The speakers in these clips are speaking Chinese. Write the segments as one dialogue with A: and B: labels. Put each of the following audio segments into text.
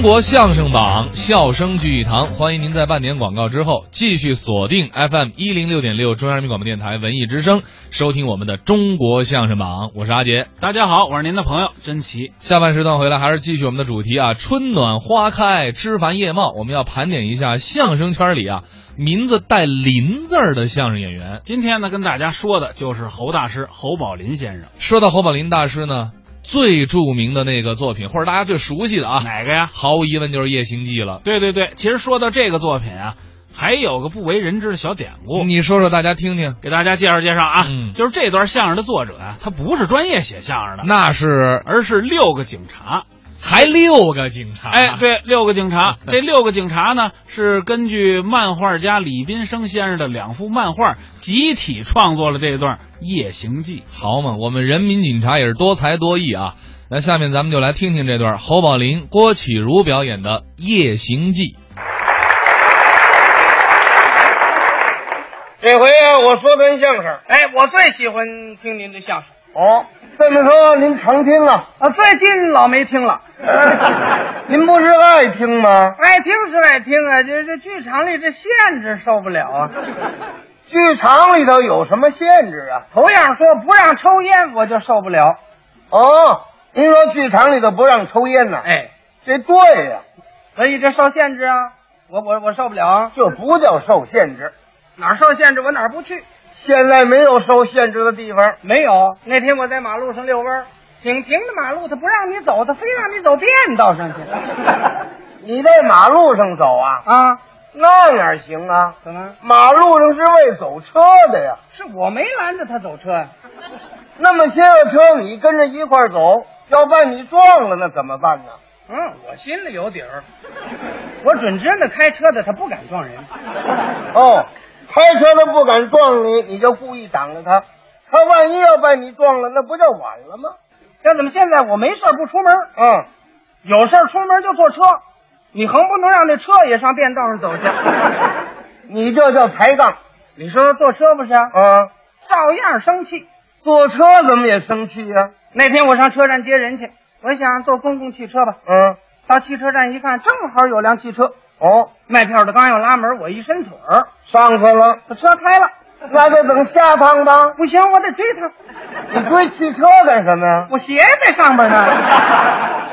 A: 国相声榜，笑声聚一堂。欢迎您在半年广告之后继续锁定 FM 一零六点六中央人民广播电台文艺之声，收听我们的《中国相声榜》。我是阿杰。
B: 大家好，我是您的朋友甄奇。
A: 下半时段回来还是继续我们的主题啊，春暖花开，枝繁叶茂。我们要盘点一下相声圈里啊，名字带“林”字儿的相声演员。
B: 今天呢，跟大家说的就是侯大师侯宝林先生，
A: 说到侯宝林大师呢，最著名的那个作品，或者大家最熟悉的啊，
B: 哪个呀？
A: 毫无疑问就是《夜行记》了。
B: 对对对，其实说到这个作品啊，还有个不为人知的小典故，
A: 你说说，大家听听。
B: 给大家介绍介绍啊。
A: 嗯
B: 就是这段相声的作者啊，他不是专业写相声的，
A: 那是
B: 而是六个警察。
A: 还六个警察，。
B: 哎，，对，六个警察这六个警察呢，是根据漫画家李斌生先生的两幅漫画集体创作了这段《夜行记》。
A: 好嘛，我们人民警察也是多才多艺啊。那下面咱们就来听听这段侯宝林、郭启儒表演的《夜行记》。
C: 这回呀、我说段相声。
D: 哎，我最喜欢听您的相声
C: 哦，这么说您常听 啊？
D: 啊，最近老没听了，
C: 您不是爱听吗？
D: 爱听是爱听啊，就是这剧场里这限制受不了啊。
C: 剧场里头有什么限制啊？
D: 头样说不让抽烟，我就受不了。
C: 哦，您说剧场里头不让抽烟呢、
D: 哎，
C: 这对呀、
D: 所以这受限制啊，我我我受不了啊，
C: 这不叫受限制。
D: 哪儿受限制我哪儿不去。
C: 现在没有受限制的地方。
D: 没有，那天我在马路上遛弯儿，挺平的马路，他不让你走，他非让你走便道上去。
C: 你在马路上走啊？
D: 啊，
C: 那哪行啊？
D: 怎么？
C: 马路上是为走车的呀。
D: 是我没拦着他走车啊呀？
C: 那么些个车，你跟着一块儿走，要把你撞了，那怎么办呢？
D: 嗯，我心里有底儿，我准知那开车的他不敢撞人。
C: 哦，开车的不敢撞你，你就故意挡着他。他万一要把你撞了，那不就晚了吗？
D: 要怎么现在我没事儿不出门，
C: 嗯，
D: 有事儿出门就坐车？你横不能让那车也上便道上走去。
C: 你这叫抬杠
D: 你说坐车不是啊？
C: 啊！
D: 照样生气。
C: 坐车怎么也生气呀、
D: 那天我上车站接人去，我想坐公共汽车吧。
C: 嗯，
D: 到汽车站一看，正好有辆汽车，
C: 哦，
D: 卖票的刚要拉门，我一伸腿儿，
C: 上去了，
D: 把车开了。
C: 那就等下趟吧。
D: 不行，我得追他，
C: 你追汽车干什么呀？
D: 我鞋在 上边呢。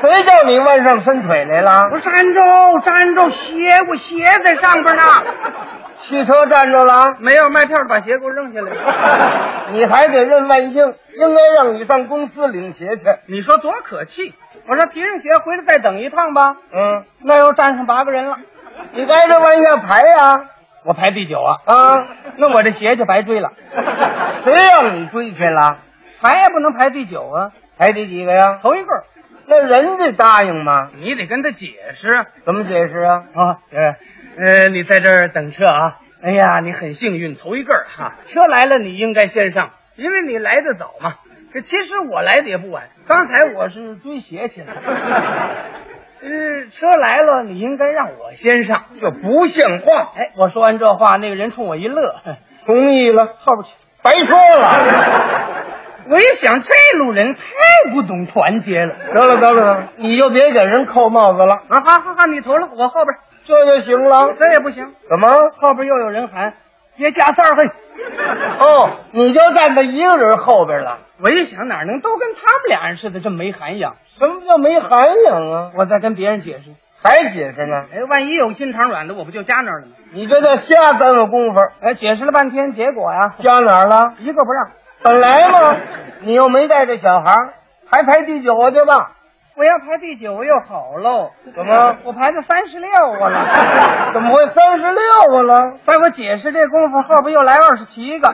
C: 谁叫你弯上伸腿来
D: 我
C: 了？
D: 说站住，站住，鞋，我鞋在上边呢。
C: 汽车站着了，
D: 没有卖票的把鞋给我扔下来了。
C: 你还得认万幸，应该让你上公司领鞋去。
D: 你说多可气！我说提上鞋回来再等一趟吧，
C: 嗯，
D: 那又站上八个人了，
C: 你挨着往下排呀、
D: 我排第九啊，
C: 啊，
D: 那我这鞋就白追 了，
C: 谁让你追去了？
D: 排也不能排第九啊，
C: 排第几个呀？
D: 头一个，
C: 那人家答应吗？
D: 你得跟他解释
C: 怎么解释啊？
D: 啊，呃呃，你在这儿等车啊，哎呀，你很幸运，头一个儿哈、车来了你应该先上，因为你来的早嘛。这其实我来的也不晚，刚才我是追鞋去了。呃，车来了，你应该让我先上。
C: 这不像话！
D: 哎，我说完这话，那个人冲我一乐，
C: 同意了，
D: 后边去。
C: 白说了。
D: 我一想，这路人太不懂团结了。
C: 得了得了，得了你就别给人扣帽子了，
D: 啊，好好好，你投了，我后边。
C: 这就行了。
D: 这也不行，
C: 怎么？
D: 后边又有人喊，别加塞儿嘿。
C: 哦，你就站在一个人后边了？
D: 我一想，哪能都跟他们俩人似的这么没涵养？
C: 什么叫没涵养啊？
D: 我再跟别人解释，
C: 还解释呢？
D: 哎，万一有心肠软的，我不就加那儿了吗？
C: 你这叫瞎耽误功夫。
D: 哎，解释了半天，结果呀，
C: 加哪儿了？
D: 一个不让。
C: 本来嘛，你又没带着小孩儿，还排第九去吧？
D: 我要排第九又好喽，
C: 怎么
D: 我排到三十六我了。
C: 怎么会三十六啊了？
D: 在我解释这功夫，后边又来二十七 个。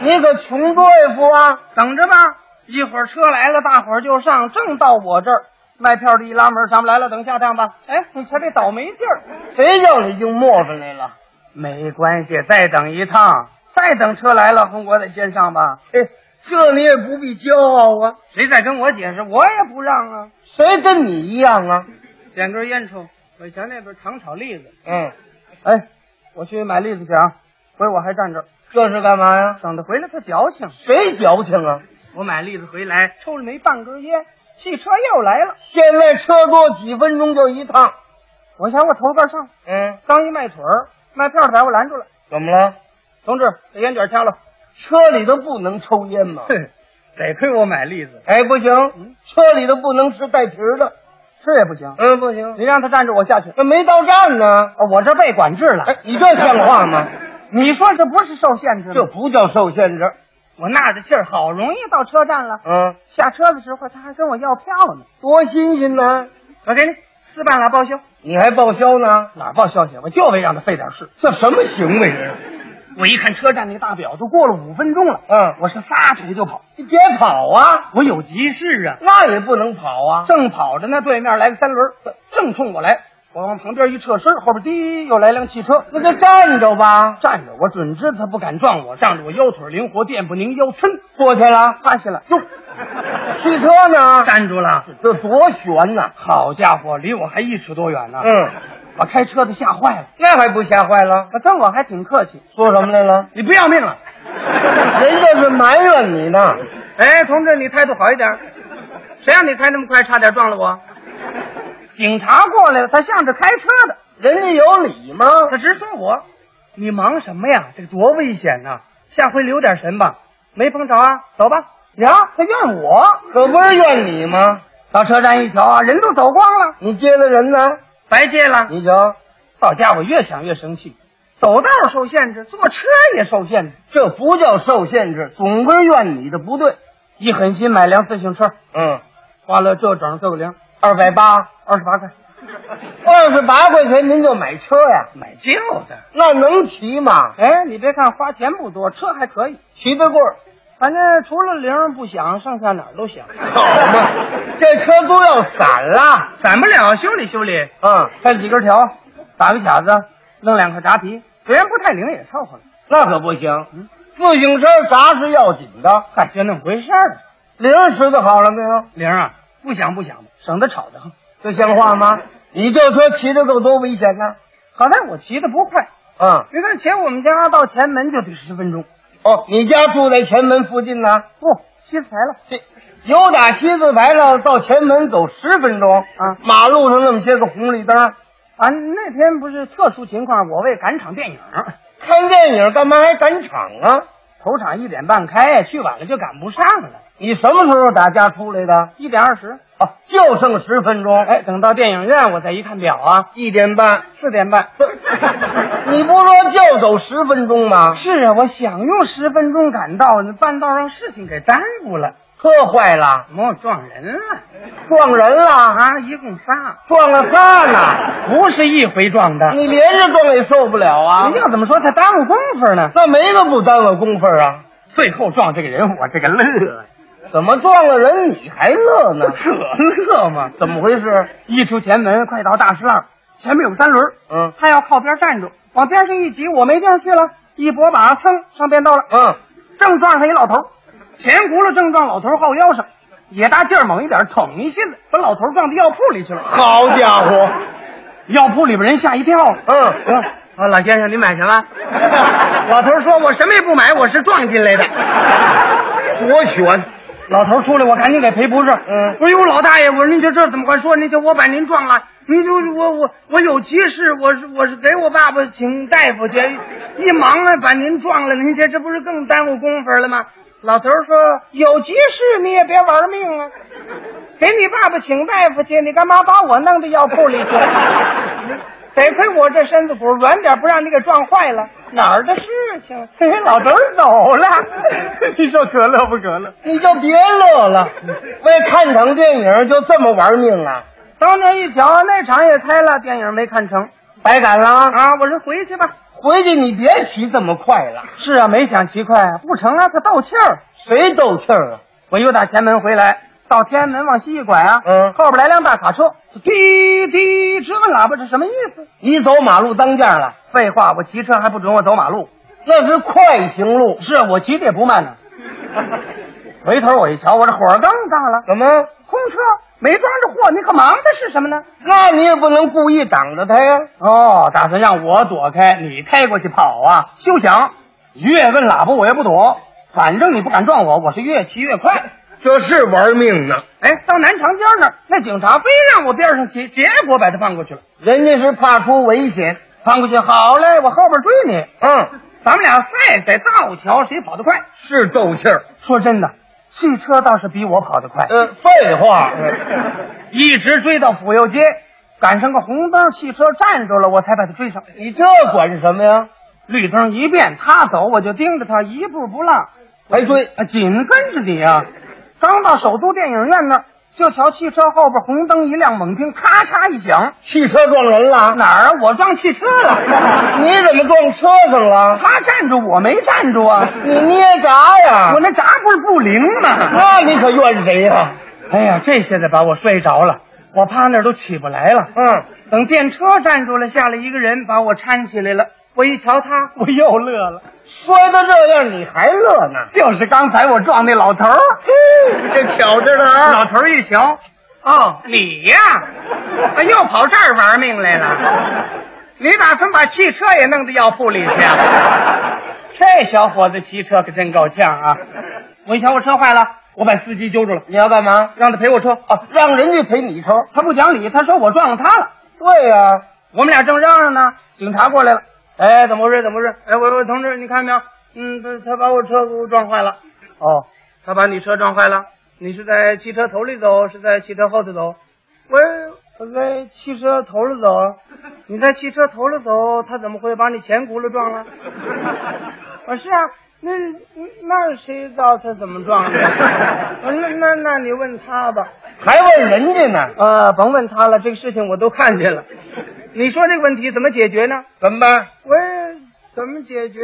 C: 你可穷对付啊！
D: 等着吧，一会儿车来了，大伙儿就上，正到我这儿，卖票的一拉门，咱们来了，等下趟吧。哎，你瞧这倒霉劲儿，
C: 谁叫你硬磨出来了？
D: 没关系，再等一趟，再等车来了，我得先上吧。
C: 哎，这你也不必骄傲啊！
D: 谁再跟我解释，我也不让啊。
C: 谁跟你一样啊？
D: 点根烟抽，我瞧那边糖炒栗子，
C: 嗯，
D: 哎，我去买栗子去啊。回我还站这儿，
C: 这是干嘛呀？
D: 等他回来他矫情。
C: 谁矫情啊？
D: 我买栗子回来，抽了没半根烟，汽车又来了，
C: 现在车多几分钟就一趟。
D: 我想我头盖上，
C: 嗯，
D: 刚一迈腿儿，卖票的把我拦住了，
C: 怎么了？
D: 同志，这烟卷掐 了，
C: 车里头不能抽烟吗？
E: 哼，得亏我买栗子，
C: 哎，不行，车里头不能吃带皮儿的。
D: 吃也不行，
C: 嗯，不行，
D: 你让他站着我下去，
C: 那没到站呢。
D: 哦我这被管制了。
C: 哎，你这像话 吗？
D: 你说这不是受限制吗？
C: 这不叫受限制。
D: 我纳着气儿，好容易到车站了，
C: 嗯，
D: 下车的时候他还跟我要票呢，
C: 多新鲜呢！
D: 我给你四半拉报销，
C: 你还报销呢？
D: 哪儿报销去？我就为让他费点事。
C: 这什么行为啊这是？
D: 我一看车站那大表，都过了五分钟了，
C: 嗯，
D: 我是撒腿就跑，
C: 你别跑啊，
D: 我有急事啊。
C: 那也不能跑啊。
D: 正跑着呢，对面来个三轮儿，呃正冲我来。我往旁边一撤身，后边滴又来辆汽车，
C: 那就站着吧，
D: 站着，我准知道他不敢撞我，仗着我腰腿灵活，垫不拧腰，噌
C: 过去了。
D: 趴下了。哟，
C: 汽车呢？
D: 站住了！
C: 这多悬呐！
D: 好家伙，离我还一尺多远呢。，
C: 嗯，
D: 把开车的吓坏了，
C: 那还不吓坏了？
D: 他跟我还挺客气，
C: 说什么来了？
D: 你不要命了？
C: 人这是埋怨你呢。
D: 哎，同志，你态度好一点，谁让你开那么快，差点撞了我。警察过来了，他向着开车的，
C: 人家有理吗？
D: 他直说我，你忙什么呀？这多危险呐、下回留点神吧。没碰着啊，走吧。呀，他怨我。
C: 可不是怨你吗？
D: 到车站一瞧啊，人都走光了，
C: 你接了人呢？
D: 白接了。
C: 你瞧，
D: 到家我越想越生气，走道受限制，坐车也受限制。
C: 这不叫受限制，总归怨你的不对。
D: 一狠心买辆自行车，
C: 嗯，
D: 花了这整这个零，
C: 二百八，
D: 二十八块，
C: 二十八块钱您就买车呀？
D: 买旧的。
C: 那能骑吗？
D: 哎，你别看花钱不多，车还可以，
C: 骑得过，
D: 反正除了铃不响，剩下哪儿都响。
C: 好嘛？这车都要散了。
D: 散不了，修理修理，
C: 嗯，
D: 拆几根条，打个卡子，弄两块炸皮，别人不太灵也凑合了。
C: 那可不行。自行车啥是要紧的？
D: 嗨，就那么回事儿。
C: 零拾的好了没有？
D: 铃啊，不响不响的，省得吵得慌。
C: 这像话吗？你这车骑着够多危险呐！
D: 好在我骑的不快，
C: 啊、
D: 你看，前我们家到前门就得十分钟。
C: 哦，你家住在前门附近呢？
D: 不、哦，西财了，
C: 这由打西字牌上到前门走十分钟
D: 啊
C: 马路上那么些个红绿灯，
D: 啊，那天不是特殊情况，我为赶场电影，
C: 看电影干嘛还赶场啊？
D: 头场一点半开，去晚了就赶不上了，
C: 你什么时候打家出来的？
D: 一点二十。
C: 哦，就剩十分钟，
D: 哎，等到电影院，我再一看表啊，
C: 一点半。
D: 四点半。
C: 你不说就走十分钟吗？
D: 是啊，我想用十分钟赶到，那半道让事情给耽误了，
C: 车坏了，
D: 怎么我撞人了
C: 撞人了，
D: 啊？一共仨，啊
C: 撞了仨呢。
D: 不是一回撞的。
C: 你连着撞也受不了啊
D: 您！要怎么说，他耽误功夫呢？
C: 那没个不耽误功夫啊。
D: 最后撞这个人，我这个乐啊呀，
C: 怎么撞了人你还乐呢？
D: 可乐嘛！
C: 怎么回事？
D: 一出前门，快到大石浪，前面有三轮，
C: 嗯
D: 他要靠边站住，往边上一挤，我没地儿去了，一拨把，噌，上便道了，
C: 嗯，
D: 正撞上一老头，前轱辘正撞老头后腰上，也大劲儿猛一点，捅一下子，把老头撞到药铺里去了。
C: 好家伙，
D: 药铺里边人吓一跳了。
C: 嗯，
D: 啊，老先生，你买什 么？老头说：“我什么也不买，我是撞进来的。
C: 多悬！”
D: 老头出来，我赶紧给赔不是。
C: 嗯
D: 哎呦，老大爷，我说您这这怎么会说？您就我把您撞了，您就我我我有急事，我是我是给我爸爸请大夫去，一忙啊把您撞了，您这这不是更耽误工夫了吗？老头说：“有急事你也别玩命啊，给你爸爸请大夫去，你干嘛把我弄到药铺里去？ 得亏我这身子骨软点，不让你给撞坏了，哪儿的事情？”嘿，老头走了，你说可乐不可乐？
C: 你就别乐了，为看场电影就这么玩命啊？
D: 当年一瞧，那场也开了，电影没看成
C: 白赶了，
D: 啊，我说回去吧。
C: 回去你别骑这么快了，
D: 是啊，没想骑快，不成啊，他斗气儿。
C: 谁斗气儿啊？
D: 我又打前门回来，到天安门往西一拐啊，
C: 嗯
D: 后边来辆大卡车，滴滴直摁喇叭，这什么意思？
C: 你走马路当间了，
D: 废话，我骑车还不准我走马路，
C: 那是快行路。
D: 是我骑的也不 慢呢。回头我一瞧，我这火更大了，
C: 怎么？
D: 空车没装着货，你可忙的是什么呢？
C: 那你也不能故意挡着他呀。
D: 哦，打算让我躲开，你开过去跑啊？休想！越摁喇叭我越不躲，反正你不敢撞我，我是越骑越快。
C: 这是玩命呢。
D: 哎，到南长街那儿，那警察非让我边上骑，结果把他放过去了。
C: 人家是怕出危险。
D: 放过去，好嘞，我后边追你。
C: 嗯，
D: 咱们俩赛在道桥，谁跑得快？
C: 是斗气儿。
D: 说真的，汽车倒是比我跑得快，
C: 呃，废 话，
D: 一直追到府右街，赶上个红灯，汽车站住了，我才把他追上。
C: 你这管什么呀？
D: 绿灯一变，他走我就盯着他，一步不落，
C: 还追？
D: 啊，紧跟着你啊！刚到首都电影院那儿，就瞧汽车后边红灯一亮，猛听咔嚓一响，
C: 汽车撞人了？
D: 哪儿啊？我撞汽车 了！
C: 你怎么撞车上了？
D: 他站住，我没站住 啊！
C: 你捏闸呀
D: 我？那闸不是不灵啊吗？
C: 那你可怨谁呀？
D: 哎呀，这下子把我摔着了，我趴那儿都起不来了。
C: 嗯，
D: 等电车站住了，下来一个人把我搀起来了。我一瞧他，我又乐了，
C: 摔得这样你还乐呢？
D: 就是刚才我撞那老头儿。
C: 这巧着呢啊！
D: 老头儿一瞧，哦，你呀、啊，又跑这儿玩命来了？你打算把汽车也弄到药铺里去、啊？这小伙子骑车可真够呛啊！我一瞧我车坏了，我把司机揪住了，
C: 你要干嘛？
D: 让他赔我车啊！
C: 让人家赔你车？
D: 他不讲理，他说我撞了他了。
C: 对呀、
D: 我们俩正嚷嚷呢，警察过来了。哎，怎么回事？怎么回事？哎，我我同志，你看没有？嗯，他他把我车给我撞坏了。
C: 哦，
D: 他把你车撞坏了。你是在汽车头里走，是在汽车后头走？我我在汽车头里走。你在汽车头里走，他怎么会把你前轱辘撞了？ 我是啊，那那谁知道他怎么撞的？我说那那那你问他吧。
C: 还问人家呢？
D: 呃，甭问他了，这个事情我都看见了。 你说这个问题怎么解决呢？
C: 怎么办？
D: 我怎么解决？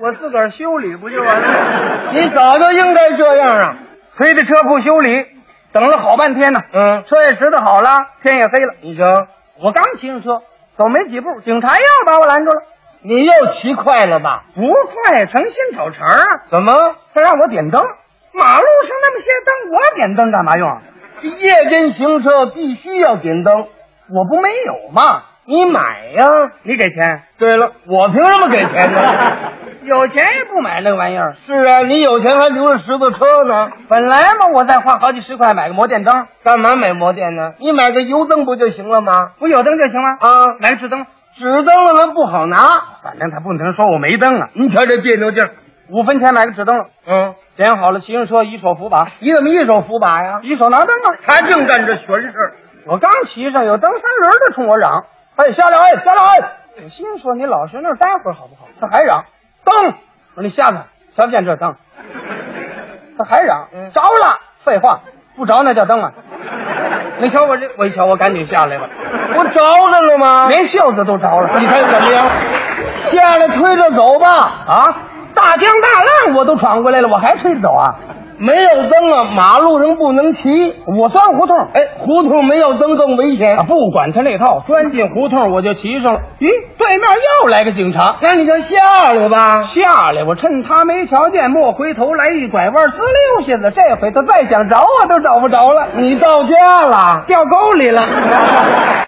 D: 我自个儿修理不就完 了？
C: 你早就应该这样啊！
D: 推着车不修理，等了好半天呢。
C: 嗯，
D: 车也拾掇好了，天也黑了。
C: 你瞧，
D: 我刚骑上车，走没几步，警察又把我拦住了。
C: 你又骑快了吧？
D: 不快，成心找茬儿啊！
C: 怎么？
D: 他让我点灯，马路上那么些灯，我点灯干嘛用啊？
C: 这夜间行车必须要点灯，
D: 我不没有吗？
C: 你买呀。
D: 你给钱，
C: 对了，我凭什么给钱 呢？
D: 有钱也不买那个玩意儿。
C: 是啊，你有钱还留着十字车呢，
D: 本来嘛，我再花好几十块买个摩电灯，
C: 啊干嘛买摩电呢？你买个油灯不就行了吗？
D: 不有灯就行了。
C: 啊，
D: 南市灯，
C: 纸灯了它不好拿，
D: 反正他不能说我没灯啊。
C: 你瞧这别扭劲儿。
D: 五分钱买个纸灯了，
C: 嗯，
D: 点好了，骑上车，一手扶把，
C: 你怎么一手扶把呀？
D: 一手拿灯啊。
C: 他净干这玄事儿。
D: 我刚骑上，有蹬三轮的冲我嚷：“哎，下来！哎，下来！”哎，我心说：“你老实那儿待会儿好不好？”他还嚷：“蹬！”我说：“你下来，瞧不见这儿蹬。”他还嚷：“
C: 嗯
D: 着了！”废话，不着那叫蹬啊！你瞧我这，我一瞧我赶紧下来了，
C: 不着着了吗？
D: 连袖子都着了
C: 你看怎么样？下来推着走吧，
D: 啊！大江大浪我都闯过来了，我还推着走啊？
C: 没有灯啊，马路上不能骑。
D: 我钻胡同，
C: 哎，胡同没有灯更危险
D: 啊，。不管他那套，钻进胡同我就骑上了。咦，对面又来个警察，
C: 那你就下来吧。
D: 下来，我趁他没瞧见，莫回头来一拐弯，滋溜下子。这回他再想找我都找不着了，
C: 你到家了。
D: 掉沟里了。